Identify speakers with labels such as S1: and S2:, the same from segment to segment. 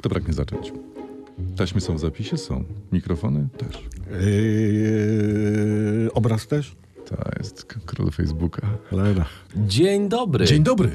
S1: Kto pragnie zacząć? Taśmy są w zapisie? Są. Mikrofony? Też.
S2: Yy, obraz też?
S1: To jest k- król Facebooka.
S2: Lena.
S3: Dzień dobry.
S1: Dzień dobry!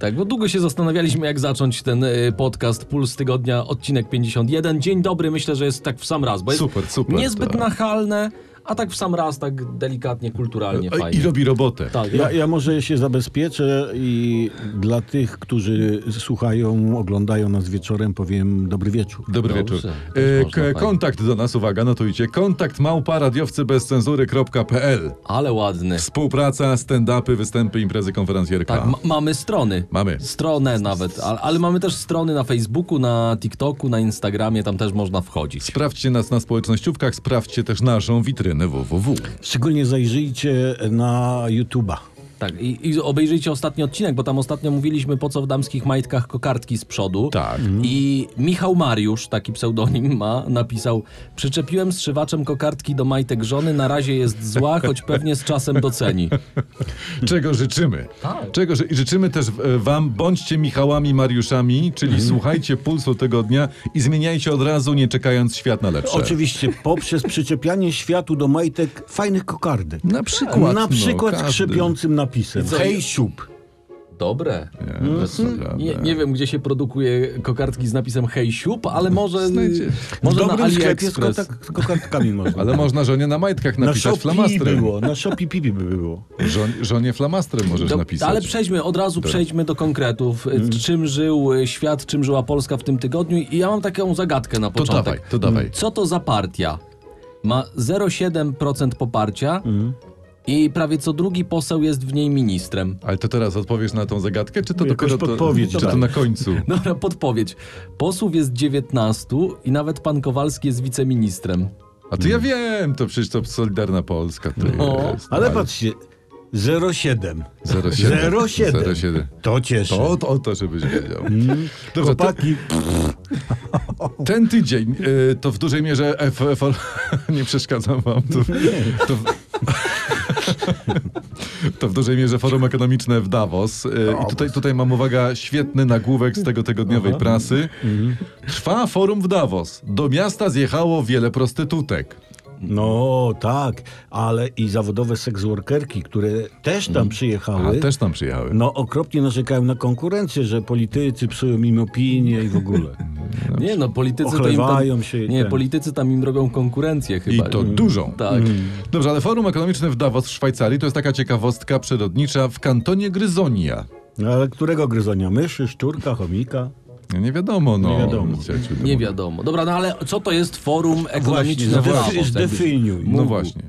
S3: Tak, bo długo się zastanawialiśmy, jak zacząć ten y, podcast Puls Tygodnia, odcinek 51. Dzień dobry, myślę, że jest tak w sam raz, bo jest
S1: Super, super,
S3: niezbyt
S1: tak.
S3: nachalne, a tak w sam raz, tak delikatnie, kulturalnie,
S1: A-
S3: fajnie.
S1: E, I robi robotę.
S3: Tak,
S2: Ja, ja może się zabezpieczę i dla tych, którzy słuchają, oglądają nas wieczorem, powiem dobry wieczór.
S1: Dobry
S3: Dobrze,
S1: wieczór.
S3: też
S1: E,
S3: można,
S1: k-
S3: fajnie.
S1: kontakt do nas, uwaga, notujcie. Kontakt małpa radiowcy bez cenzury.pl
S3: ale ładny.
S1: Współpraca, stand-upy, występy, imprezy, konferencje,
S3: Tak,
S1: reklamy.
S3: m- mamy strony.
S1: Mamy.
S3: Stronę nawet, ale, ale mamy też strony na Facebooku, na TikToku, na Instagramie, tam też można wchodzić.
S1: Sprawdźcie nas na społecznościówkach, sprawdźcie też naszą witrynę www.
S2: Szczególnie zajrzyjcie na YouTube'a.
S3: Tak, i, i obejrzyjcie ostatni odcinek, bo tam ostatnio mówiliśmy, po co w damskich majtkach kokardki z przodu.
S1: Tak.
S3: I Michał Mariusz, taki pseudonim ma, napisał: Przyczepiłem strzywaczem kokardki do majtek żony, na razie jest zła, choć pewnie z czasem doceni.
S1: Czego życzymy?
S3: Tak.
S1: Czego ży- i życzymy też e, wam, bądźcie Michałami Mariuszami, czyli
S2: Mhm.
S1: słuchajcie pulsu tego dnia i zmieniajcie od razu, nie czekając świat na lepsze.
S2: Oczywiście poprzez przyczepianie światu do majtek fajnych kokardek.
S1: Na przykład.
S2: Tak,
S1: no,
S2: na przykład no,
S1: każdy.
S2: z krzypiącym napisem.
S3: Co-
S2: Hej siup.
S3: Dobre.
S1: Nie, bez
S2: Hmm?
S1: naprawdę.
S3: Nie, nie wiem, gdzie się produkuje kokardki z napisem Hej siup, ale może,
S1: Znajdzie.
S2: W
S3: może na
S2: dobrym sklepie z,
S3: AliExpress.
S2: kotak- z kokardkami można.
S1: Ale można żonie na majtkach
S2: na
S1: napisać
S2: Shopee
S1: flamastrem.
S2: było, na Shopee Pipi by było.
S1: Żon, żonie flamastrem możesz
S3: Do-
S1: napisać. Mhm.
S3: Ale przejdźmy, od razu przejdźmy do konkretów. Czym żył y, świat, czym żyła Polska w tym tygodniu? I ja mam taką zagadkę na
S1: To
S3: początek.
S1: dawaj, to dawaj.
S3: Co to za partia? Ma 0,7% poparcia
S2: Mhm.
S3: i prawie co drugi poseł jest w niej ministrem.
S1: Ale to teraz odpowiesz na tą zagadkę, czy to
S2: Jakąś
S1: dopiero to,
S2: podpowiedź
S1: czy to
S2: daj.
S1: na końcu?
S3: Dobra, podpowiedź. Posłów jest 19 i nawet pan Kowalski jest wiceministrem.
S1: A
S2: Hmm.
S1: to ja wiem, to przecież to Solidarna Polska to
S3: No,
S1: jest.
S2: Ale patrzcie, 07.
S1: 07.
S2: 07.
S1: 07.
S2: To cieszy.
S1: To, to, to żebyś wiedział.
S2: No,
S1: Dobrze, to,
S2: Chłopaki,
S1: ten tydzień y, to w dużej mierze F, F, nie przeszkadzam wam. To, to, w, to w dużej mierze forum ekonomiczne w Davos. Y, I tutaj, tutaj mam uwaga, świetny nagłówek z tego tygodniowej prasy.
S2: Mhm.
S1: Trwa forum w Davos. Do miasta zjechało wiele prostytutek.
S2: no tak, ale i zawodowe seksworkerki, które też tam
S1: A
S2: przyjechały,
S1: Mm. też tam przyjechały.
S2: no okropnie narzekają na konkurencję, że politycy psują im opinię i w ogóle.
S3: Nie no, politycy to im
S2: Ochlewają
S3: tam,
S2: się i
S3: Nie,
S2: ten.
S3: politycy tam im robią konkurencję
S1: I
S3: chyba.
S1: to
S2: mm.
S1: dużą.
S3: Tak.
S1: Dobrze, ale forum ekonomiczne w Davos w Szwajcarii to jest taka ciekawostka przyrodnicza w kantonie Gryzonia.
S2: No, ale którego gryzonia? Myszy, szczurka, chomika?
S1: No Nie wiadomo, no.
S2: Nie wiadomo.
S1: Ciociu,
S3: Nie
S1: no.
S3: wiadomo. Dobra, no ale co to jest forum
S2: Właśnie, no,
S3: ekonomiczne w Davos?
S2: zdefi-
S3: jakbyś-
S2: zdefiniuj.
S1: No właśnie.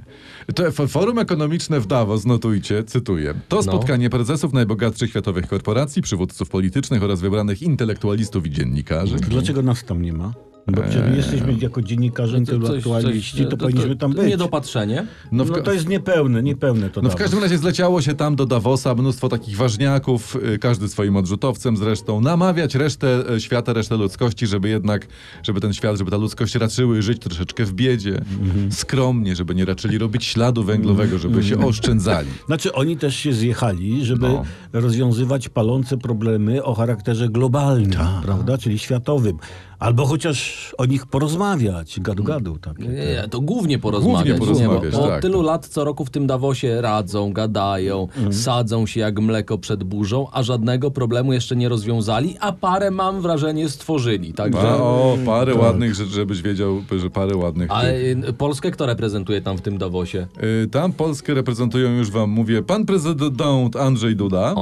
S1: To F- Forum Ekonomiczne w Davos, notujcie, cytuję.
S2: No.
S1: To spotkanie prezesów najbogatszych światowych korporacji, przywódców politycznych oraz wybranych intelektualistów i dziennikarzy.
S2: Dlaczego nas tam nie ma? No Bo
S1: Eee.
S2: przecież my jesteśmy jako dziennikarze,
S3: Coś- coś-
S2: intelektualiści, to powinniśmy tam być.
S3: Niedopatrzenie.
S1: No w,
S2: No
S1: ka-
S2: to jest niepełne, niepełne to
S1: no w
S2: dawno.
S1: każdym razie zleciało się tam do Davosa mnóstwo takich ważniaków, y, każdy swoim odrzutowcem zresztą, namawiać resztę y, świata, resztę ludzkości, żeby jednak, żeby ten świat, żeby ta ludzkość raczyły żyć troszeczkę w biedzie,
S2: Mhm.
S1: skromnie, żeby nie raczyli robić śladu węglowego, żeby się oszczędzali.
S2: Znaczy oni też się zjechali, żeby
S1: No.
S2: rozwiązywać palące problemy o charakterze globalnym,
S3: Tak.
S2: prawda, czyli światowym. Albo chociaż o nich porozmawiać, gadu-gadu. Tak.
S3: Nie, nie, to głównie porozmawiać.
S1: Głównie porozmawiać,
S3: nie, bo bo
S1: tak.
S3: tylu lat co roku w tym Dawosie radzą, gadają,
S2: Mhm.
S3: sadzą się jak mleko przed burzą, a żadnego problemu jeszcze nie rozwiązali, a parę mam wrażenie stworzyli.
S1: A,
S3: Także...
S1: o, parę
S2: Tak.
S1: ładnych rzeczy, żebyś wiedział, że parę ładnych.
S3: A
S1: tych.
S3: y, Polskę kto reprezentuje tam w tym Dawosie?
S1: Y, Tam Polskę reprezentują, już wam mówię, pan prezydent Andrzej Duda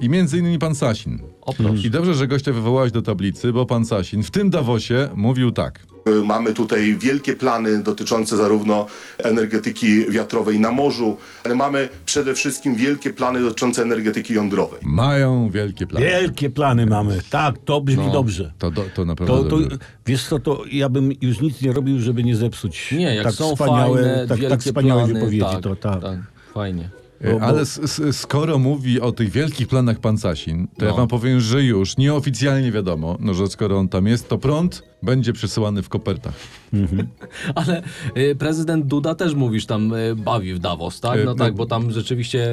S1: i między innymi pan Sasin.
S3: O proszę.
S1: I dobrze, że gościa wywołałeś do tablicy, bo pan Sasin w tym Davosie mówił tak.
S4: Y, Mamy tutaj wielkie plany dotyczące zarówno energetyki wiatrowej na morzu, ale mamy przede wszystkim wielkie plany dotyczące energetyki jądrowej.
S1: Mają wielkie plany.
S2: Wielkie plany mamy. Tak, to brzmi
S3: No.
S2: dobrze.
S1: To, do, to naprawdę
S2: To, to,
S1: dobrze.
S2: wiesz co, to ja bym już nic nie robił, żeby nie zepsuć
S3: Nie, jak
S2: tak
S3: są
S2: wspaniałe,
S3: fajne,
S2: tak,
S3: wielkie
S2: tak wspaniałe
S3: plany,
S2: wypowiedzi.
S3: tak,
S2: to, tak.
S3: Fajnie.
S2: Bo- bo-
S1: Y, Ale s- s- skoro mówi o tych wielkich planach pan Sasin, to ja
S3: No.
S1: wam powiem, że już nieoficjalnie wiadomo, no, że skoro on tam jest, to prąd będzie przesyłany w kopertach.
S3: Ale y, prezydent Duda też mówisz tam y, bawi w Davos, tak?
S1: Y,
S3: No
S1: no.
S3: tak, bo tam rzeczywiście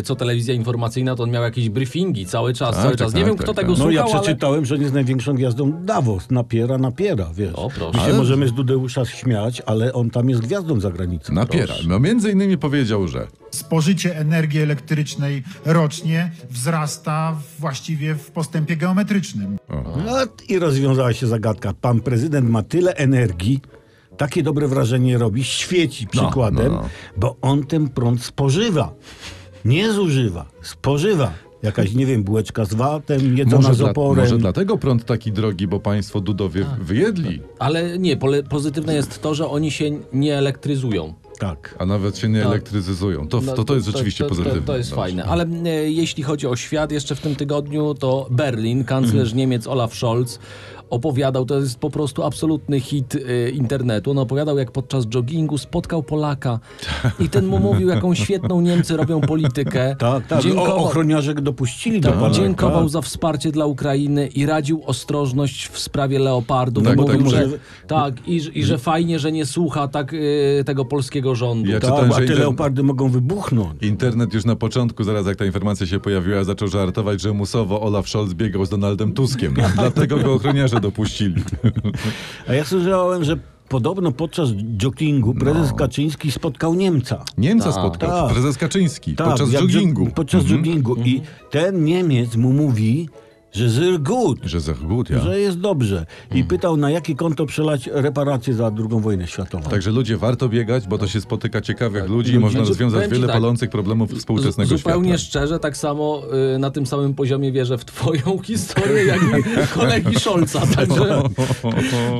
S3: y, co telewizja informacyjna, to on miał jakieś briefingi cały czas,
S1: Tak,
S3: cały
S1: tak,
S3: czas. Nie
S1: tak,
S3: wiem,
S1: tak,
S3: kto
S1: tak.
S3: tego
S2: No ja
S3: słuchał, ale...
S2: przeczytałem, że nie jest największą gwiazdą Davos. Napiera, napiera, wiesz.
S3: O, proszę.
S2: My się
S1: Ale-
S2: możemy z Dudeusza śmiać, ale on tam jest gwiazdą za granicą.
S1: Napiera.
S2: Proszę.
S1: No między innymi powiedział, że
S5: spożycie energii elektrycznej rocznie wzrasta właściwie w postępie geometrycznym.
S2: No i rozwiązała się zagadka. Pan prezydent ma tyle energii, takie dobre wrażenie robi, świeci przykładem,
S1: no, no.
S2: bo on ten prąd spożywa. Nie zużywa, spożywa. Jakaś, nie wiem, bułeczka z watem, jedzona
S1: może,
S2: z
S1: dla,
S2: oporem.
S1: może dlatego prąd taki drogi, bo państwo Dudowie wyjedli,
S3: Ale nie, pole, pozytywne jest to, że oni się nie elektryzują.
S2: Tak.
S1: a nawet się nie
S3: No.
S1: elektryzują. To,
S3: No,
S1: to, to jest rzeczywiście
S3: to,
S1: pozytywne. no,
S3: To, to jest
S1: Dobrze.
S3: fajne. Ale e, jeśli chodzi o świat, jeszcze w tym tygodniu to Berlin,
S1: Mhm.
S3: kanclerz Niemiec Olaf Scholz opowiadał, to jest po prostu absolutny hit e, internetu, on opowiadał jak podczas joggingu spotkał Polaka i ten mu mówił, jaką świetną Niemcy robią politykę.
S2: Tak, tak. O,
S3: Dziękował,
S2: ochroniarzek dopuścili do
S3: tak,
S2: pana.
S3: dziękował
S2: tak.
S3: za wsparcie dla Ukrainy i radził ostrożność w sprawie leopardów.
S1: Tak,
S3: Tak, mówił,
S1: tak,
S3: że,
S2: może-
S3: tak i, że- i że fajnie, że nie słucha tak e, tego polskiego rządu.
S1: Ja
S2: Tak,
S1: czytałem,
S2: a
S1: że
S2: te
S1: inter-
S2: leopardy mogą wybuchnąć.
S1: Internet już na początku, zaraz jak ta informacja się pojawiła, zaczął żartować, że musowo Olaf Scholz biegał z Donaldem Tuskiem. Dlatego go ochroniarze dopuścili.
S2: A ja słyszałem, że podobno podczas joggingu
S1: No.
S2: prezes Kaczyński spotkał Niemca.
S1: Niemca spotkał,
S2: Tak.
S1: prezes Kaczyński,
S2: Tak,
S1: podczas
S2: jak
S1: joggingu. Mhm.
S2: jog- Podczas joggingu. I ten Niemiec mu mówi, że zyr gut,
S1: Że za gut, ja.
S2: że jest dobrze.
S1: Mhm.
S2: I pytał, na jakie konto przelać reparacje za II wojnę światową.
S1: Także ludzie warto biegać, bo to się spotyka ciekawych
S2: Tak.
S1: ludzi i można
S3: Znaczy,
S1: rozwiązać
S3: powiem ci
S1: wiele
S3: tak,
S1: palących problemów
S3: Z-
S1: współczesnego
S3: Zupełnie
S1: świata.
S3: szczerze, tak samo y, na tym samym poziomie wierzę w twoją historię, jak i kolegi Scholza. Także,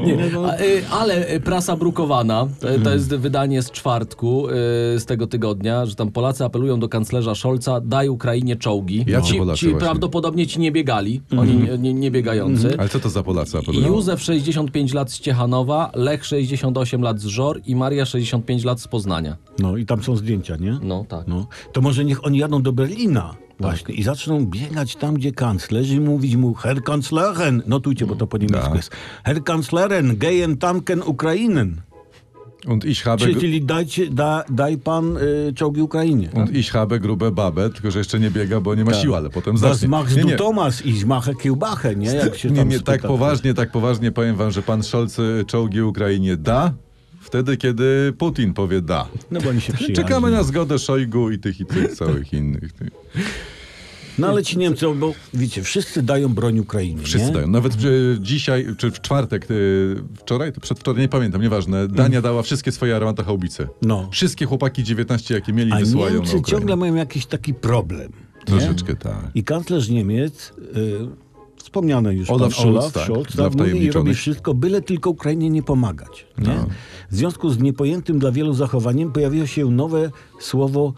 S3: nie.
S1: No.
S3: A, y, ale y, prasa brukowana, y, to,
S1: Mhm.
S3: to jest wydanie z czwartku y, z tego tygodnia, że tam Polacy apelują do kanclerza Scholza, daj Ukrainie czołgi.
S1: Jacy
S3: ci
S1: Polacy
S3: ci
S1: właśnie? Mhm.
S3: prawdopodobnie ci nie biegali, oni nie, nie, nie biegający.
S1: Ale co to za Polacy apelują?
S3: Józef 65 lat z Ciechanowa, Lech 68 lat z Żor i Maria 65 lat z Poznania.
S2: No i tam są zdjęcia, nie?
S3: No tak.
S2: No. To może niech oni jadą do Berlina
S1: Tak.
S2: właśnie i zaczną biegać tam, gdzie kanclerz i mówić mu Herr Kanzlerin, notujcie, bo to po niemiecku
S1: Tak.
S2: jest. Herr Kanzlerin, gehen tanken Ukrainen.
S1: Und ich habe...
S2: Czyli, czyli dajcie, da, daj pan y, czołgi Ukrainie.
S1: Und ich habe grube babę, tylko że jeszcze nie biega, bo nie
S2: Tak.
S1: ma sił, ale potem
S2: Das
S1: zacznie.
S2: Max
S1: Nie,
S2: du
S1: nie.
S2: Thomas i Zmache Kiełbachę, nie? Jak się tam
S1: nie, nie, tak
S2: spyta.
S1: poważnie, tak poważnie powiem wam, że pan Scholz y, czołgi Ukrainie da, wtedy kiedy Putin powie da.
S2: No bo oni się przyjaźnią.
S1: Czekamy na zgodę Szojgu i tych i tych całych innych. Tych.
S2: No ale ci Niemcy, bo wiecie, wszyscy dają broń Ukrainie,
S1: Wszyscy
S2: nie?
S1: dają. Nawet y, dzisiaj, czy w czwartek, y, wczoraj, to przedwczoraj, nie pamiętam, nieważne, Dania dała wszystkie swoje armata haubice.
S2: Mm. No.
S1: Wszystkie chłopaki 19, jakie mieli,
S2: A
S1: wysyłają na
S2: Niemcy
S1: Ukrainę.
S2: ciągle mają jakiś taki problem.
S1: Troszeczkę tak.
S2: I kanclerz Niemiec, y, wspomniany już
S1: Olaf
S2: pan
S1: Scholz,
S2: Olaf
S1: tak,
S2: Scholz,
S1: dla
S2: tak, mówi i
S1: wtajemniczonych. No.
S2: robi wszystko, byle tylko Ukrainie nie pomagać. Nie? W związku z niepojętym dla wielu zachowaniem pojawiło się nowe słowo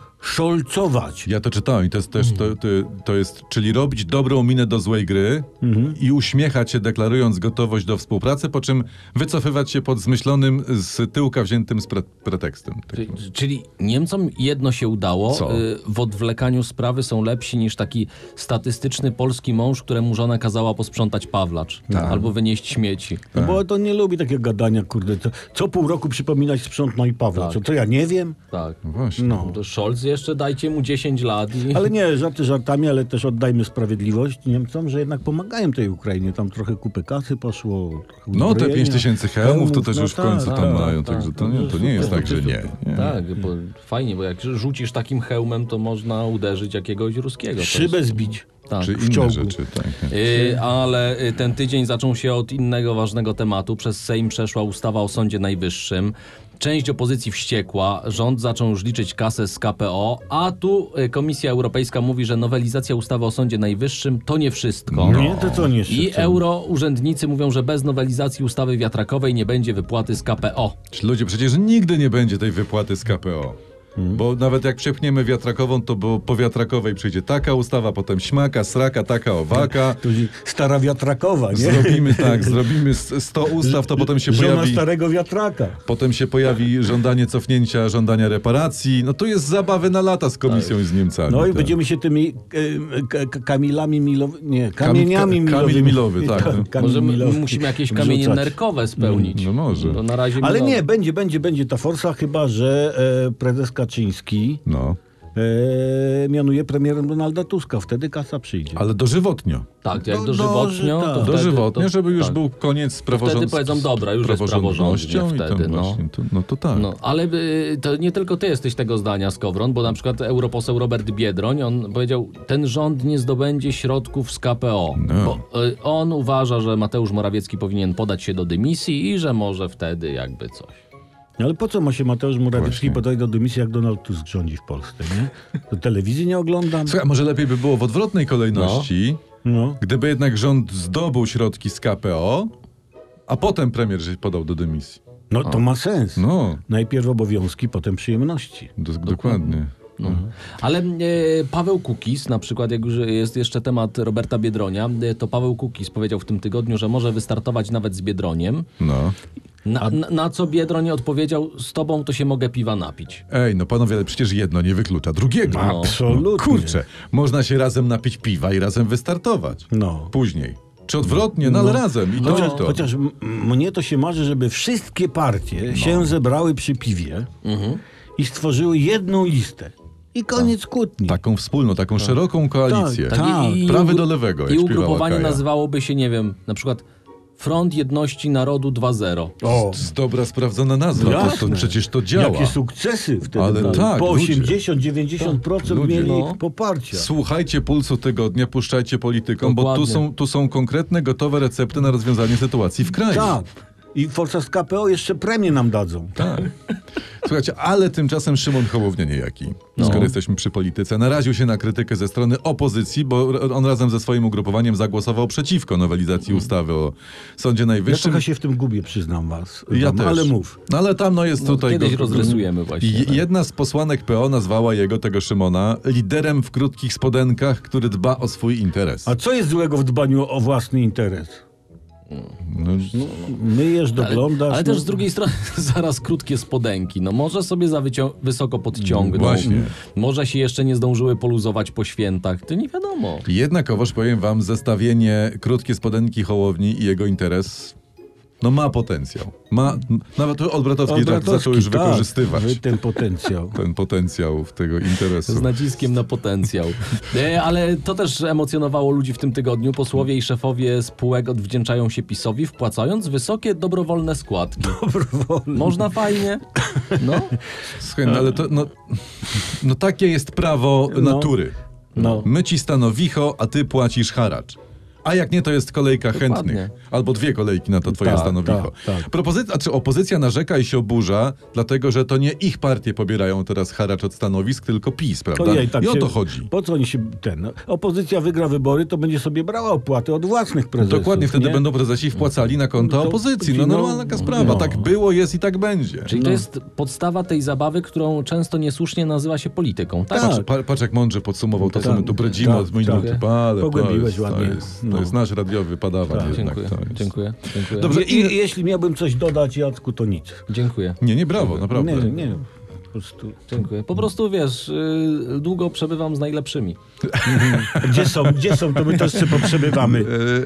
S2: szolcować.
S1: Ja to czytałem i to jest też, to, to, to jest, czyli robić dobrą minę do złej gry
S2: Mhm.
S1: i uśmiechać się, deklarując gotowość do współpracy, po czym wycofywać się pod zmyślonym z tyłka wziętym z pre- pretekstem. Tak.
S3: Czy- Czyli Niemcom jedno się udało,
S1: Co?
S3: y, w odwlekaniu sprawy są lepsi niż taki statystyczny polski mąż, któremu żona kazała posprzątać pawlacz
S1: Tak.
S3: albo wynieść śmieci.
S2: No bo to nie lubi takiego gadania, kurde. Co, co pół roku przypominać sprząt no i Pawła. Co, to ja nie wiem?
S3: Tak.
S1: Właśnie.
S2: No.
S3: To Scholz jeszcze dajcie mu 10 lat i...
S2: Ale nie, żarty żartami, ale też oddajmy sprawiedliwość Niemcom, że jednak pomagają tej Ukrainie. Tam trochę kupy kasy poszło. trochę
S1: No, te
S2: uzbrojenia,
S1: 5 tysięcy hełmów to też
S2: no
S1: już w
S2: tak,
S1: końcu
S2: tak,
S1: tam
S2: tak,
S1: mają,
S2: tak.
S1: także to nie, to nie jest tak, że nie. nie.
S3: Tak, bo fajnie, bo jak rzucisz takim hełmem, to można uderzyć jakiegoś ruskiego. To
S2: Szybę zbić.
S3: jest- Tak.
S1: Czy
S2: w
S1: inne
S2: ciągu.
S1: rzeczy, tak.
S3: Y, ale y, ten tydzień zaczął się od innego ważnego tematu. Przez Sejm przeszła ustawa o Sądzie Najwyższym. Część opozycji wściekła, rząd zaczął już liczyć kasę z KPO, a tu y, Komisja Europejska mówi, że nowelizacja ustawy o Sądzie Najwyższym to nie wszystko.
S1: No.
S2: Nie, to co nie
S3: I
S2: szybciej.
S3: eurourzędnicy mówią, że bez nowelizacji ustawy wiatrakowej nie będzie wypłaty z KPO.
S1: Ci Ludzie, przecież nigdy nie będzie tej wypłaty z KPO.
S2: Mhm.
S1: Bo nawet jak przepchniemy wiatrakową, to bo po wiatrakowej przyjdzie taka ustawa, potem śmaka, sraka, taka, owaka.
S2: Tu Stara wiatrakowa, nie?
S1: Zrobimy tak, zrobimy s- 100 ustaw, to potem się
S2: Żona
S1: pojawi...
S2: starego wiatraka.
S1: Potem się
S3: Tak.
S1: pojawi żądanie cofnięcia, żądania reparacji. No to jest zabawy na lata
S3: Tak.
S1: z komisją i z Niemcami.
S2: No i
S1: tak.
S2: będziemy się tymi e, k- k- kamilami milowymi, nie, kamieniami
S1: Kamil
S2: milowymi.
S1: milowy, tak, no.
S2: kamil
S3: Może my,
S2: milowy
S3: musimy jakieś kamienie
S2: wrzucać.
S3: nerkowe spełnić.
S1: No może.
S3: To na razie
S2: Ale
S3: minął.
S2: nie, będzie, będzie, będzie ta forsa, chyba że e, prezes Kaczyński
S1: No,
S2: e, mianuje premierem Donalda Tuska. Wtedy kasa przyjdzie.
S1: ale dożywotnio.
S3: Tak, jak
S2: Do-
S3: dożywotnio.
S2: doży-
S3: to
S2: tak.
S3: wtedy-
S1: Dożywotnio,
S3: to-
S1: żeby już
S3: tak.
S1: był koniec z praworząd...
S3: wtedy powiedzą, dobra, już jest
S1: praworządnością i tam
S3: praworządnie wtedy, no.
S1: właśnie, to, no to tak.
S3: No, ale y, to nie tylko ty jesteś tego zdania, Skowron, bo na przykład europoseł Robert Biedroń, on powiedział, ten rząd nie zdobędzie środków z KPO,
S1: No.
S3: bo y, on uważa, że Mateusz Morawiecki powinien podać się do dymisji i że może wtedy jakby coś.
S2: Ale po co ma się Mateusz Morawiecki
S1: Właśnie.
S2: podać do dymisji, jak Donald Tusk rządzi w Polsce, nie? To telewizji nie oglądam.
S1: Słuchaj, może lepiej by było w odwrotnej kolejności,
S2: No.
S1: gdyby jednak rząd zdobył środki z KPO, a potem premier się podał do dymisji.
S2: no to ma sens.
S1: No,
S2: Najpierw obowiązki, potem przyjemności.
S1: do, dokładnie. Mhm.
S3: Ale e, Paweł Kukiz, na przykład, jak już jest jeszcze temat Roberta Biedronia, e, to Paweł Kukiz powiedział w tym tygodniu, że może wystartować nawet z Biedroniem,
S1: No.
S3: na, na, na co Biedroń odpowiedział, z tobą to się mogę piwa napić.
S1: Ej, no panowie, ale przecież jedno nie wyklucza drugiego.
S3: No.
S2: Absolutnie.
S1: Kurczę, można się razem napić piwa i razem wystartować.
S2: No.
S1: Później. Czy odwrotnie, no, ale razem. I to,
S2: Chociaż,
S1: i to.
S2: chociaż m- mnie to się marzy, żeby wszystkie partie
S1: No.
S2: się zebrały przy piwie
S1: Mhm.
S2: i stworzyły jedną listę. I koniec kłótni.
S1: Taką wspólną, taką szeroką koalicję.
S2: Tak,
S3: i- i-
S1: prawy
S3: ugru-
S1: do lewego, jak
S3: I
S1: śpiewała
S3: ugrupowanie
S1: Kaja.
S3: nazywałoby się, nie wiem, na przykład Front Jedności Narodu 2.0.
S2: O,
S1: Z dobra sprawdzona nazwa, to, to
S2: Jasne.
S1: przecież to działa.
S2: Jakie sukcesy wtedy
S1: Ale
S2: brali.
S1: tak,
S2: Po
S1: ludzie. Tak,
S2: 80-90%
S1: Ludzie.
S2: mieli
S3: No.
S2: poparcia.
S1: Słuchajcie pulsu tygodnia, puszczajcie politykom, bo tu
S3: Dokładnie.
S1: są, tu są konkretne, gotowe recepty na rozwiązanie sytuacji w kraju.
S2: Tak. I Forza z KPO jeszcze premię nam dadzą.
S1: Tak. Słuchajcie, ale tymczasem Szymon Hołownia niejaki,
S2: No.
S1: skoro jesteśmy przy polityce, naraził się na krytykę ze strony opozycji, bo r- on razem ze swoim ugrupowaniem zagłosował przeciwko nowelizacji ustawy o Sądzie
S2: Mhm. Ja
S1: Najwyższym.
S2: trochę się w tym gubię, przyznam was.
S1: Ja
S2: wam,
S1: też.
S2: Ale mów.
S1: No ale tam no jest
S3: No,
S1: tutaj...
S3: kiedyś rozrysujemy właśnie,
S1: Je-
S3: tak.
S1: Jedna z posłanek PO nazwała jego, tego Szymona, liderem w krótkich spodenkach, który dba o swój interes.
S2: A co jest złego w dbaniu o własny interes?
S1: No,
S2: Myjesz, doglądasz.
S3: Ale
S2: no.
S3: też z drugiej strony zaraz krótkie spodenki. No może sobie za wycią- wysoko podciągnął.
S1: No Właśnie.
S3: Może się jeszcze nie zdążyły poluzować po świętach. To nie wiadomo.
S1: Jednakowoż powiem wam, zestawienie krótkie spodenki Hołowni i jego interes no ma potencjał. Ma, m- nawet Odbratowski tak
S2: Obratowski,
S1: zaczął już
S2: tak,
S1: wykorzystywać
S2: wy- Ten potencjał.
S1: ten potencjał w tego interesu.
S3: Z naciskiem na potencjał. E, Ale to też emocjonowało ludzi w tym tygodniu. Posłowie i szefowie spółek odwdzięczają się PiSowi, wpłacając wysokie dobrowolne składki.
S2: Dobrowolny.
S3: Można fajnie? No.
S1: Słuchaj, no ale to, no, no takie jest prawo
S2: No.
S1: natury.
S2: No.
S1: My ci stanowicho, a ty płacisz haracz. A jak nie, to jest kolejka
S3: Dokładnie.
S1: chętnych. Albo dwie kolejki na to twoje
S2: Tak,
S1: stanowicho.
S2: tak, tak.
S1: Propozycja, czy opozycja narzeka i się oburza, dlatego że to nie ich partie pobierają teraz haracz od stanowisk, tylko PiS, prawda?
S2: jej, tak
S1: I o
S2: się-
S1: to chodzi.
S2: Po co oni się ten. no, Opozycja wygra wybory, to będzie sobie brała opłaty od własnych prezesów.
S1: Dokładnie, wtedy
S2: nie?
S1: będą prezesi wpłacali na konta
S2: No to-
S1: opozycji. No
S2: no,
S1: normalna taka sprawa.
S2: no.
S1: Tak było, jest i tak będzie.
S3: Czyli to jest podstawa tej zabawy, którą często niesłusznie nazywa się polityką, tak?
S1: Patrz, pa, patrz jak mądrze podsumował to, co
S2: Tak,
S1: my tu bredzimy
S2: tak,
S1: od minuty.
S2: tak.
S1: Pa, Ale
S2: Pogłębiłeś
S1: to jest,
S2: ładnie.
S1: To jest, to
S2: No. Tak.
S1: jest nasz radiowy padawan jednak.
S3: Dziękuję,
S1: tak, To jest.
S3: dziękuję, dziękuję.
S1: Dobrze,
S2: Je- je- jeśli miałbym coś dodać, Jacku, to nic.
S3: Dziękuję.
S1: Nie, nie, brawo, naprawdę.
S2: Nie, nie. Po prostu.
S3: Dziękuję. Po prostu wiesz, y, długo przebywam z najlepszymi.
S2: Gdzie są, gdzie są, to my też sobie poprzebywamy.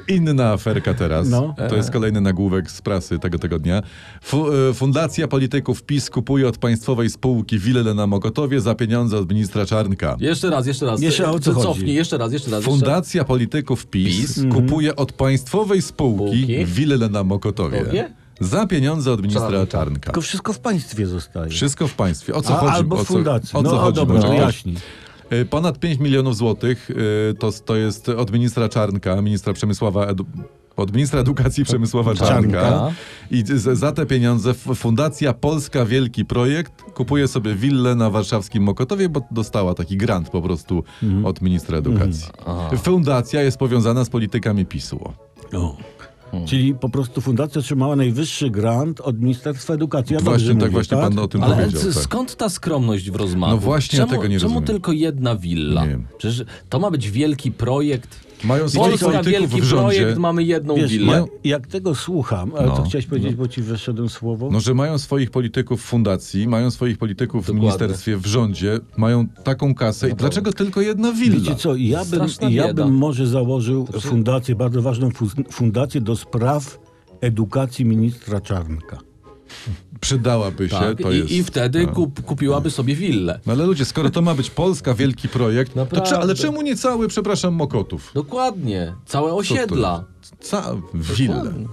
S1: E, Inna aferka teraz.
S2: No.
S1: To jest kolejny nagłówek z prasy tego tygodnia. Fu- e, Fundacja Polityków PiS kupuje od państwowej spółki willę na Mokotowie za pieniądze od ministra Czarnka.
S3: Jeszcze raz, jeszcze raz.
S2: Jeszcze o co
S3: Ty
S2: chodzi?
S3: Cofnij, jeszcze raz, jeszcze raz. Jeszcze...
S1: Fundacja Polityków PiS,
S2: Mhm.
S1: kupuje od państwowej spółki
S3: Spółki?
S1: willę na Mokotowie
S3: Spółki?
S1: za pieniądze od ministra Czarnka.
S2: Tylko wszystko w państwie zostaje.
S1: Wszystko w państwie. O co
S2: A,
S1: chodzi?
S2: albo
S1: o co,
S2: w fundacji.
S1: O co
S2: no,
S1: chodzi?
S2: a dobra,
S1: Boże?
S2: wyjaśnij.
S1: Y, Ponad 5 milionów złotych y, to, to jest od ministra Czarnka, ministra Przemysława Edu- od ministra edukacji Przemysława Czarnka.
S3: Czarnka.
S1: I z, za te pieniądze F- Fundacja Polska Wielki Projekt kupuje sobie willę na warszawskim Mokotowie, bo dostała taki grant po prostu
S3: Mhm.
S2: No.
S1: od ministra edukacji. Fundacja jest powiązana z politykami PiSu.
S2: O. Czyli po prostu fundacja otrzymała najwyższy grant od Ministerstwa Edukacji. Ja
S1: Właśnie
S2: dobrze
S1: tak,
S2: mówię,
S1: właśnie
S2: tak?
S1: pan o tym
S3: Ale
S1: powiedział.
S3: c-
S1: tak.
S3: skąd ta skromność w rozmachu?
S1: No właśnie, ja
S3: czemu,
S1: tego nie
S3: Czemu
S1: rozumiem.
S3: tylko jedna willa?
S1: Nie wiem.
S3: Przecież to ma być wielki projekt.
S1: Mają swoich
S3: Polska
S1: polityków
S3: wielki
S1: w rządzie.
S3: projekt, mamy jedną
S2: Wiesz,
S3: willę.
S2: jak, jak tego słucham, ale
S1: No.
S2: to chciałeś powiedzieć, bo ci wyszedłem słowo.
S1: No, że mają swoich polityków w fundacji, mają swoich polityków
S3: Dokładnie.
S1: w ministerstwie, w rządzie, mają taką kasę. I dlaczego tylko jedna willa?
S2: Wiecie co, ja
S3: Straszna
S2: bym, ja
S3: bieda.
S2: bym może założył fundację, bardzo ważną fu- fundację do spraw edukacji ministra Czarnka.
S1: Przydałaby się,
S3: tak?
S1: to
S3: I,
S1: jest...
S3: I wtedy kup, kupiłaby sobie willę.
S1: No ale ludzie, skoro to ma być Polska, wielki projekt, to
S3: Naprawdę.
S1: cze, ale czemu nie cały, przepraszam, Mokotów?
S3: Dokładnie. Całe
S1: Co to
S3: osiedla. No,
S1: jest? Ca... Wille.
S2: Miałem-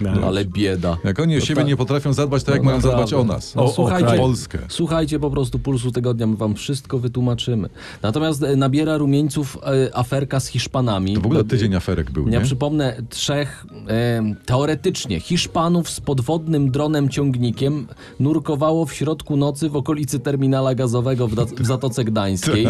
S1: No.
S3: Ale bieda.
S1: Jak oni o siebie nie potrafią zadbać, to jak Tak mają zadbać o nas?
S3: No,
S1: O,
S3: słuchajcie,
S1: o Polskę.
S3: Słuchajcie po prostu Pulsu Tygodnia, my wam wszystko wytłumaczymy. Natomiast e, nabiera rumieńców e, aferka z Hiszpanami.
S1: To w ogóle tydzień aferek był, nie?
S3: Ja przypomnę trzech e, teoretycznie Hiszpanów z podwodnym dronem ciągnikiem nurkowało w środku nocy w okolicy terminala gazowego w, da- w Zatoce Gdańskiej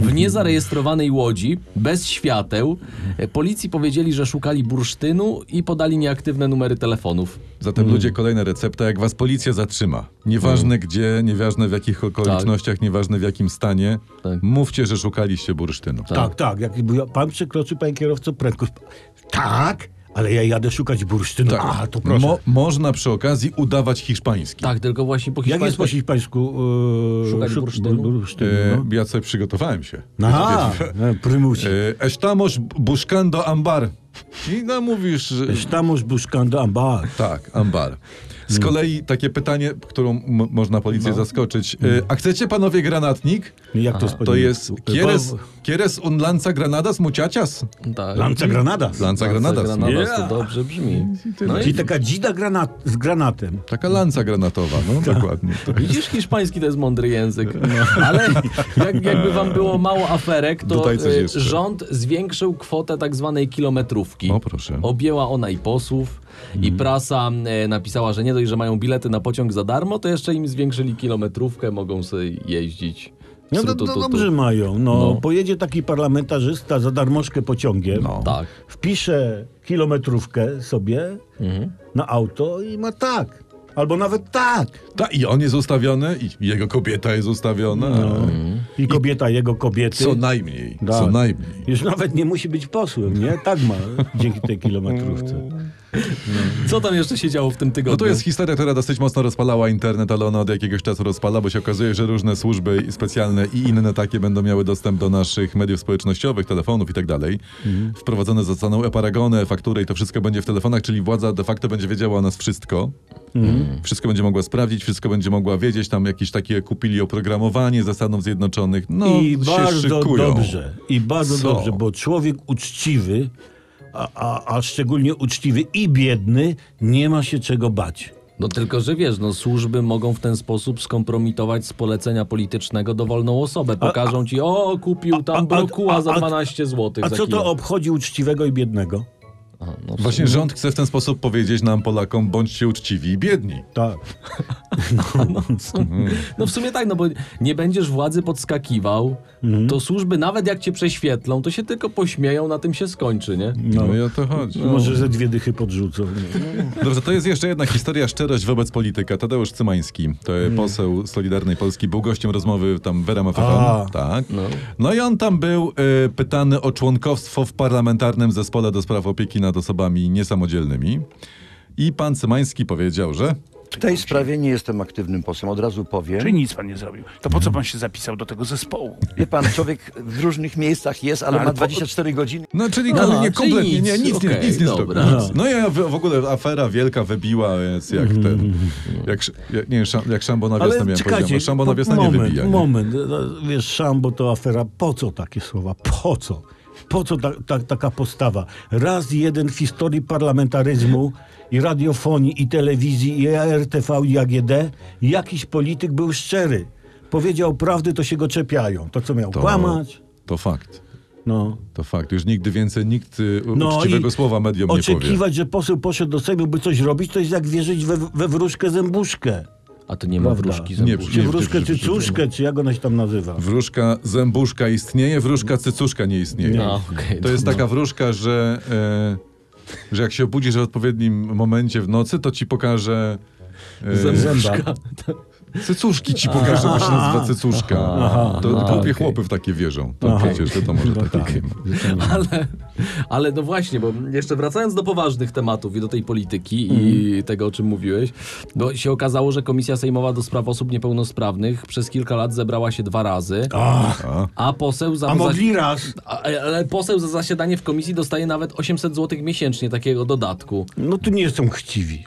S3: w niezarejestrowanej łodzi bez świateł. E, Policji powiedzieli, że szukali bursztynu i podali nieaktywne numery telefonów.
S1: Zatem ludzie, kolejna recepta, jak was policja zatrzyma, nieważne gdzie, nieważne w jakich okolicznościach, nieważne w jakim stanie,
S3: Tak.
S1: mówcie, że szukaliście bursztynu.
S2: Tak, tak. Jak ja- pan przekroczy, panie kierowco, prędkość. Tak, ale ja jadę szukać bursztynu.
S1: Tak.
S2: A, to proszę.
S1: Mo- można przy okazji udawać hiszpański.
S3: Tak, tylko właśnie po
S2: Jak jest po
S3: hiszpańsku.
S2: hiszpańsku? Yy,
S3: Szukać bursztynu?
S1: E,
S2: bursztynu
S1: ja sobie przygotowałem się.
S2: no. Aha, e, prymusi.
S1: E, estamos buscando ambar. I namówisz, że...
S2: Estamos buscando ambar.
S1: Tak, ambar. Z kolei takie pytanie, którą m- można policję zaskoczyć. E, a chcecie panowie granatnik?
S2: Jak to
S1: To jest
S2: Kieres...
S1: quieres, quieres un lanza granadas muchachas?
S3: Tak.
S2: Lanca Granada.
S1: Lanza granadas.
S3: Granada,
S2: Yeah.
S3: to dobrze brzmi. No
S2: Czyli
S3: i
S2: taka dzida granat, z granatem.
S1: Taka lanca granatowa, no dokładnie. To jest.
S3: Widzisz, hiszpański to jest mądry język.
S2: No.
S3: Ale jak, jakby wam było mało aferek, to
S1: Dodaj coś
S3: e,
S1: jeszcze.
S3: rząd zwiększył kwotę tak zwanej kilometrówki.
S1: O, proszę. Mhm.
S3: Objęła ona i posłów, i prasa e, napisała, że nie dość, że mają bilety na pociąg za darmo, to jeszcze im zwiększyli kilometrówkę, mogą sobie jeździć.
S2: No
S3: Sru,
S2: to,
S3: tu, tu,
S2: to
S3: tu.
S2: dobrze mają. No,
S3: No.
S2: Pojedzie taki parlamentarzysta za darmożkę pociągiem,
S1: No.
S3: Tak.
S2: wpisze kilometrówkę sobie
S1: Mhm.
S2: na auto i ma tak. Albo nawet tak.
S1: Ta, I on jest ustawiony, i jego kobieta jest ustawiona.
S2: I kobieta jego kobiety.
S1: Mhm. Co najmniej, co
S2: Tak.
S1: najmniej.
S2: Już nawet nie musi być posłem, nie? Tak ma dzięki tej kilometrówce.
S3: Co tam jeszcze się działo w tym tygodniu?
S1: No to jest historia, która dosyć mocno rozpalała internet, ale ona od jakiegoś czasu rozpala, bo się okazuje, że różne służby specjalne i inne takie będą miały dostęp do naszych mediów społecznościowych, telefonów i tak dalej.
S2: Mhm.
S1: Wprowadzone zostaną e-paragonę, faktury i to wszystko będzie w telefonach, czyli władza de facto będzie wiedziała o nas wszystko.
S2: Mhm.
S1: Wszystko będzie mogła sprawdzić, wszystko będzie mogła wiedzieć. Tam jakieś takie kupili oprogramowanie ze Stanów Zjednoczonych. No,
S2: I
S1: się
S2: bardzo
S1: szykują.
S2: dobrze. I bardzo
S1: Co?
S2: dobrze, bo człowiek uczciwy, a, a, a szczególnie uczciwy i biedny, nie ma się czego bać.
S3: No tylko, że wiesz, no służby mogą w ten sposób skompromitować z polecenia politycznego dowolną osobę. Pokażą ci, o, kupił
S2: a- a-
S3: tam brokuła za
S2: a- a-
S3: 12 zł.
S2: A
S3: za
S2: co
S3: kilo.
S2: to obchodzi uczciwego i biednego?
S3: Aha, no w
S1: Właśnie rząd chce w ten sposób powiedzieć nam, Polakom, bądźcie uczciwi i biedni.
S2: Tak.
S3: No w sumie tak, no bo nie będziesz władzy podskakiwał,
S2: Mhm.
S3: to służby nawet jak cię prześwietlą, to się tylko pośmieją, na tym się skończy, nie?
S1: No, i o to chodzi.
S2: Może ze dwie dychy podrzucą.
S1: Dobrze, to jest jeszcze jedna historia szczerość wobec polityka. Tadeusz Cymański, to poseł Solidarnej Polski, był gościem rozmowy tam Vera Maffeton.
S2: A.
S1: Tak. No. i on tam był e, pytany o członkostwo w parlamentarnym zespole do spraw opieki nad osobami niesamodzielnymi. I pan Cymański powiedział, że
S6: W tej sprawie nie jestem aktywnym posłem, od razu powiem.
S7: Czyli nic pan nie zrobił. To po co pan się zapisał do tego zespołu?
S6: Wie pan, człowiek w różnych miejscach jest, ale,
S7: No, Ale
S6: ma
S7: po-
S6: 24 godziny.
S1: No, czyli
S3: Aha,
S1: no, nie,
S3: czyli
S1: kompletnie,
S3: nic.
S1: nie, nic, nie,
S3: Okej,
S1: nic nie zrobił.
S3: dobra.
S1: Nic. No ja w, w ogóle afera wielka wybiła, jest jak ten, jak, sz- jak, nie, szam, jak szambo na wiosnę miałem powiedziane. Szambo na
S2: po-
S1: wiosnę nie
S2: moment,
S1: wybija. Nie?
S2: moment. No, Wiesz, Szambo to afera. Po co takie słowa? Po co? Po co ta, ta, taka postawa? Raz jeden w historii parlamentaryzmu i radiofonii, i telewizji, i RTV, i AGD jakiś polityk był szczery. Powiedział prawdę, to się go czepiają. To co miał
S1: To-
S2: kłamać?
S1: To fakt.
S2: No.
S1: To fakt. Już nigdy więcej nikt y,
S2: No
S1: uczciwego
S2: i
S1: słowa mediom nie powie.
S2: Oczekiwać, że poseł poszedł do Sejmu, by coś robić, to jest jak wierzyć we, we wróżkę zębuszkę.
S3: A to nie ma
S2: Prawda.
S3: wróżki
S1: Nie,
S3: zębuszki.
S2: Czy
S1: nie,
S2: wróżkę,
S1: nie, nie,
S2: czy
S1: nie.
S2: cóżkę, czy jak ona się tam nazywa.
S1: Wróżka zębuszka istnieje, wróżka cycuszka nie istnieje.
S3: No, okej,
S1: to jest
S3: no.
S1: taka wróżka, że Że jak się obudzisz w odpowiednim momencie w nocy, to ci pokaże... Yy,
S2: Zęba.
S1: cycuszki ci pokaże, bo się nazywa cycuszka. to
S3: aha,
S1: głupie
S6: okej.
S1: chłopy w takie wierzą. To
S2: Aha.
S1: przecież to, to może
S2: No
S1: takie
S2: tak.
S1: wiem.
S3: Ale, ale no właśnie, bo jeszcze wracając do poważnych tematów i do tej polityki i tego, o czym mówiłeś, no się okazało, że Komisja Sejmowa do Spraw Osób Niepełnosprawnych przez kilka lat zebrała się dwa razy, a, poseł za...
S2: A mogli raz.
S3: a- e, Ale poseł za zasiadanie w komisji dostaje nawet 800 zł miesięcznie takiego dodatku.
S2: No tu nie są chciwi.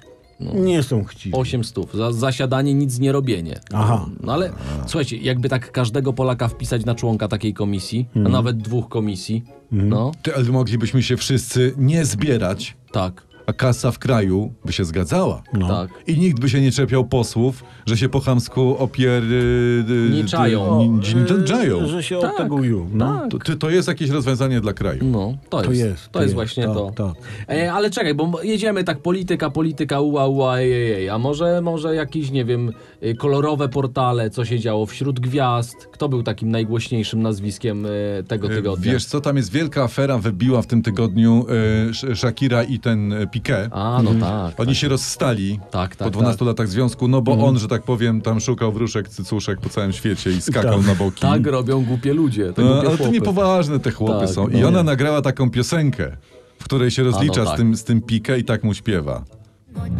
S2: Nie są chciwi.
S3: 800 za zasiadanie, nic nie robienie.
S2: Aha.
S3: No ale słuchajcie, jakby tak każdego Polaka wpisać na członka takiej komisji, a nawet dwóch komisji, no
S1: Ty, ale moglibyśmy się wszyscy nie zbierać,
S3: tak,
S1: a kasa w kraju by się zgadzała.
S3: tak.
S1: I nikt by się nie czepiał posłów, że się po chamsku opier... y,
S3: Niczają. y,
S1: Niczają.
S2: Że się tak, odtegują. No.
S1: To, ty- to jest jakieś rozwiązanie dla kraju.
S3: No, to, jest,
S2: jest,
S3: To
S2: to
S3: jest
S2: jest,
S3: właśnie
S2: tak,
S3: to.
S2: tak.
S3: E, ale czekaj, bo jedziemy tak polityka, polityka, ua, ua, ej, ej, ej. A może, może jakieś, nie wiem, y, kolorowe portale, co się działo wśród gwiazd? Kto był takim najgłośniejszym nazwiskiem y, tego tygodnia?
S1: E, Wiesz co, tam jest wielka afera, wybiła w tym tygodniu e, Sz- Shakira i ten e, Piqué.
S3: A, no tak.
S1: Oni się rozstali
S3: Tak, tak, Mhm.
S1: po 12 latach związku, no bo on, że tak powiem, tam szukał wróżek, cycuszek po całym świecie i skakał na boki.
S3: Tak robią głupie ludzie. Te
S1: No,
S3: głupie
S1: ale to
S3: chłopy.
S1: niepoważne te chłopy
S3: Tak,
S1: są. I
S3: no
S1: ona
S3: nie.
S1: nagrała taką piosenkę, w której się rozlicza
S3: tak.
S1: z tym, z tym Piqué i tak mu śpiewa.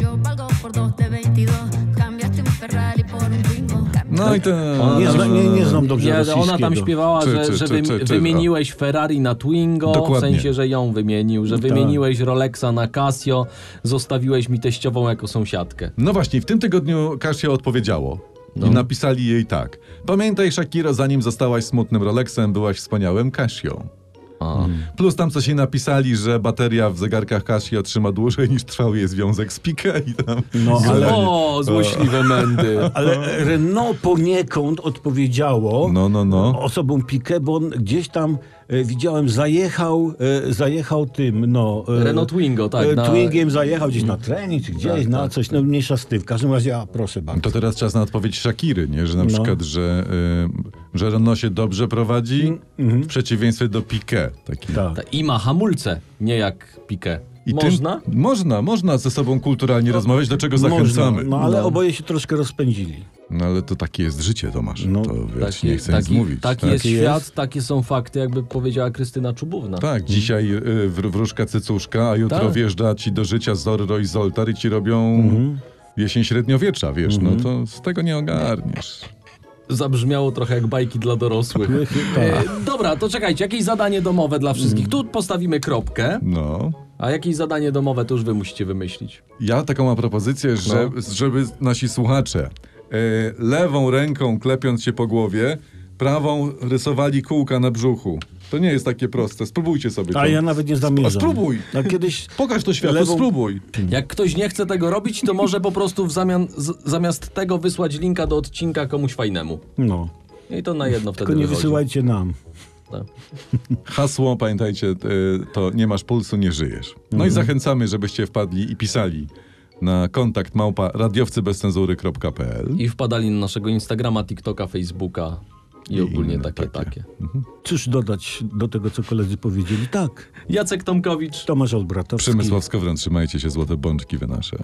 S8: Yo valgo por dos de 22. Cambiaste un Ferrari por un Twingo.
S1: No i ten...
S2: Nie,
S1: no,
S2: zna, nie, nie znam dobrze
S3: Nie, że ona tam
S2: rosyjskiego.
S3: śpiewała,
S1: Czy,
S3: że,
S1: czy,
S3: że
S1: czy,
S3: wym-
S1: czy, czy,
S3: wymieniłeś Ferrari na Twingo, w
S1: Dokładnie.
S3: sensie, że ją wymienił, że wymieniłeś Rolexa na Casio, zostawiłeś mi teściową jako sąsiadkę.
S1: No właśnie, w tym tygodniu Kasia odpowiedziało. I napisali jej tak. Pamiętaj, Shakiro, zanim zostałaś smutnym Rolexem, byłaś wspaniałym Kasią. Plus tam coś jej napisali, że bateria w zegarkach Kasi otrzyma dłużej niż trwał jej związek z Piqué i tam...
S2: No, ale-
S3: O, złośliwe mędy.
S2: Ale Renault poniekąd odpowiedziało
S1: No, no, no.
S2: osobom Piqué, bo on gdzieś tam e, widziałem, zajechał, e, zajechał tym, no... E,
S3: Renault Twingo, tak,
S2: E,
S3: na-
S2: Twingiem zajechał gdzieś na trening, czy gdzieś, na coś, no mniejsza z tym. W każdym razie, a proszę bardzo.
S1: To teraz czas na odpowiedź Shakiry, nie? Że na
S2: No.
S1: przykład, że, y, że Renault się dobrze prowadzi, w przeciwieństwie do Piqué. Taki.
S2: Mm, mhm. Tak.
S3: Ta- I ma hamulce, nie jak pikę.
S1: I tym-
S3: Można?
S1: można, można ze sobą kulturalnie rozmawiać, do czego zachęcamy.
S2: no ale oboje się troszkę rozpędzili.
S1: No ale to takie jest życie, Tomasz.
S2: No,
S1: to wiesz,
S3: Taki,
S1: nie chcę
S3: taki,
S1: nic mówić. tak?
S3: taki tak jest
S2: Taki
S3: świat,
S2: jest.
S3: takie są fakty, jakby powiedziała Krystyna Czubówna.
S1: Tak, dzisiaj y, wr- wróżka cycuszka, a jutro
S3: Tak.
S1: wjeżdża ci do życia Zorro i Zoltar i ci robią jesień średniowiecza, wiesz, no to z tego nie ogarniesz.
S3: Zabrzmiało trochę jak bajki dla dorosłych.
S1: Tak.
S3: E, dobra, to czekajcie, jakieś zadanie domowe dla wszystkich.
S1: Mm.
S3: Tu postawimy kropkę,
S1: No.
S3: a jakieś zadanie domowe to już wy musicie wymyślić.
S1: Ja taką mam propozycję, że, żeby nasi słuchacze y, lewą ręką klepiąc się po głowie, prawą rysowali kółka na brzuchu. To nie jest takie proste. Spróbujcie sobie to.
S2: A ja nawet nie zamierzam.
S1: A spróbuj!
S2: A kiedyś...
S1: Pokaż to światu,
S2: Lewą-
S1: spróbuj!
S3: Jak ktoś nie chce tego robić, to może po prostu w zamian, z, zamiast tego wysłać linka do odcinka komuś fajnemu.
S2: No.
S3: I to na jedno wtedy
S2: Tylko nie
S3: wychodzi.
S2: wysyłajcie nam.
S3: Tak.
S1: Hasło, pamiętajcie, y, to nie masz pulsu, nie żyjesz. No i zachęcamy, żebyście wpadli i pisali na kontakt małpa radiowcybezcenzury.pl
S3: I wpadali na naszego Instagrama, TikToka, Facebooka i ogólnie
S1: inne
S3: takie,
S1: takie.
S3: takie.
S2: Cóż dodać do tego, co koledzy powiedzieli? Tak,
S3: Jacek Tomkowicz.
S2: Tomasz Olbratowski.
S1: Przemysław Skowron, trzymajcie się, złote bączki wy nasze.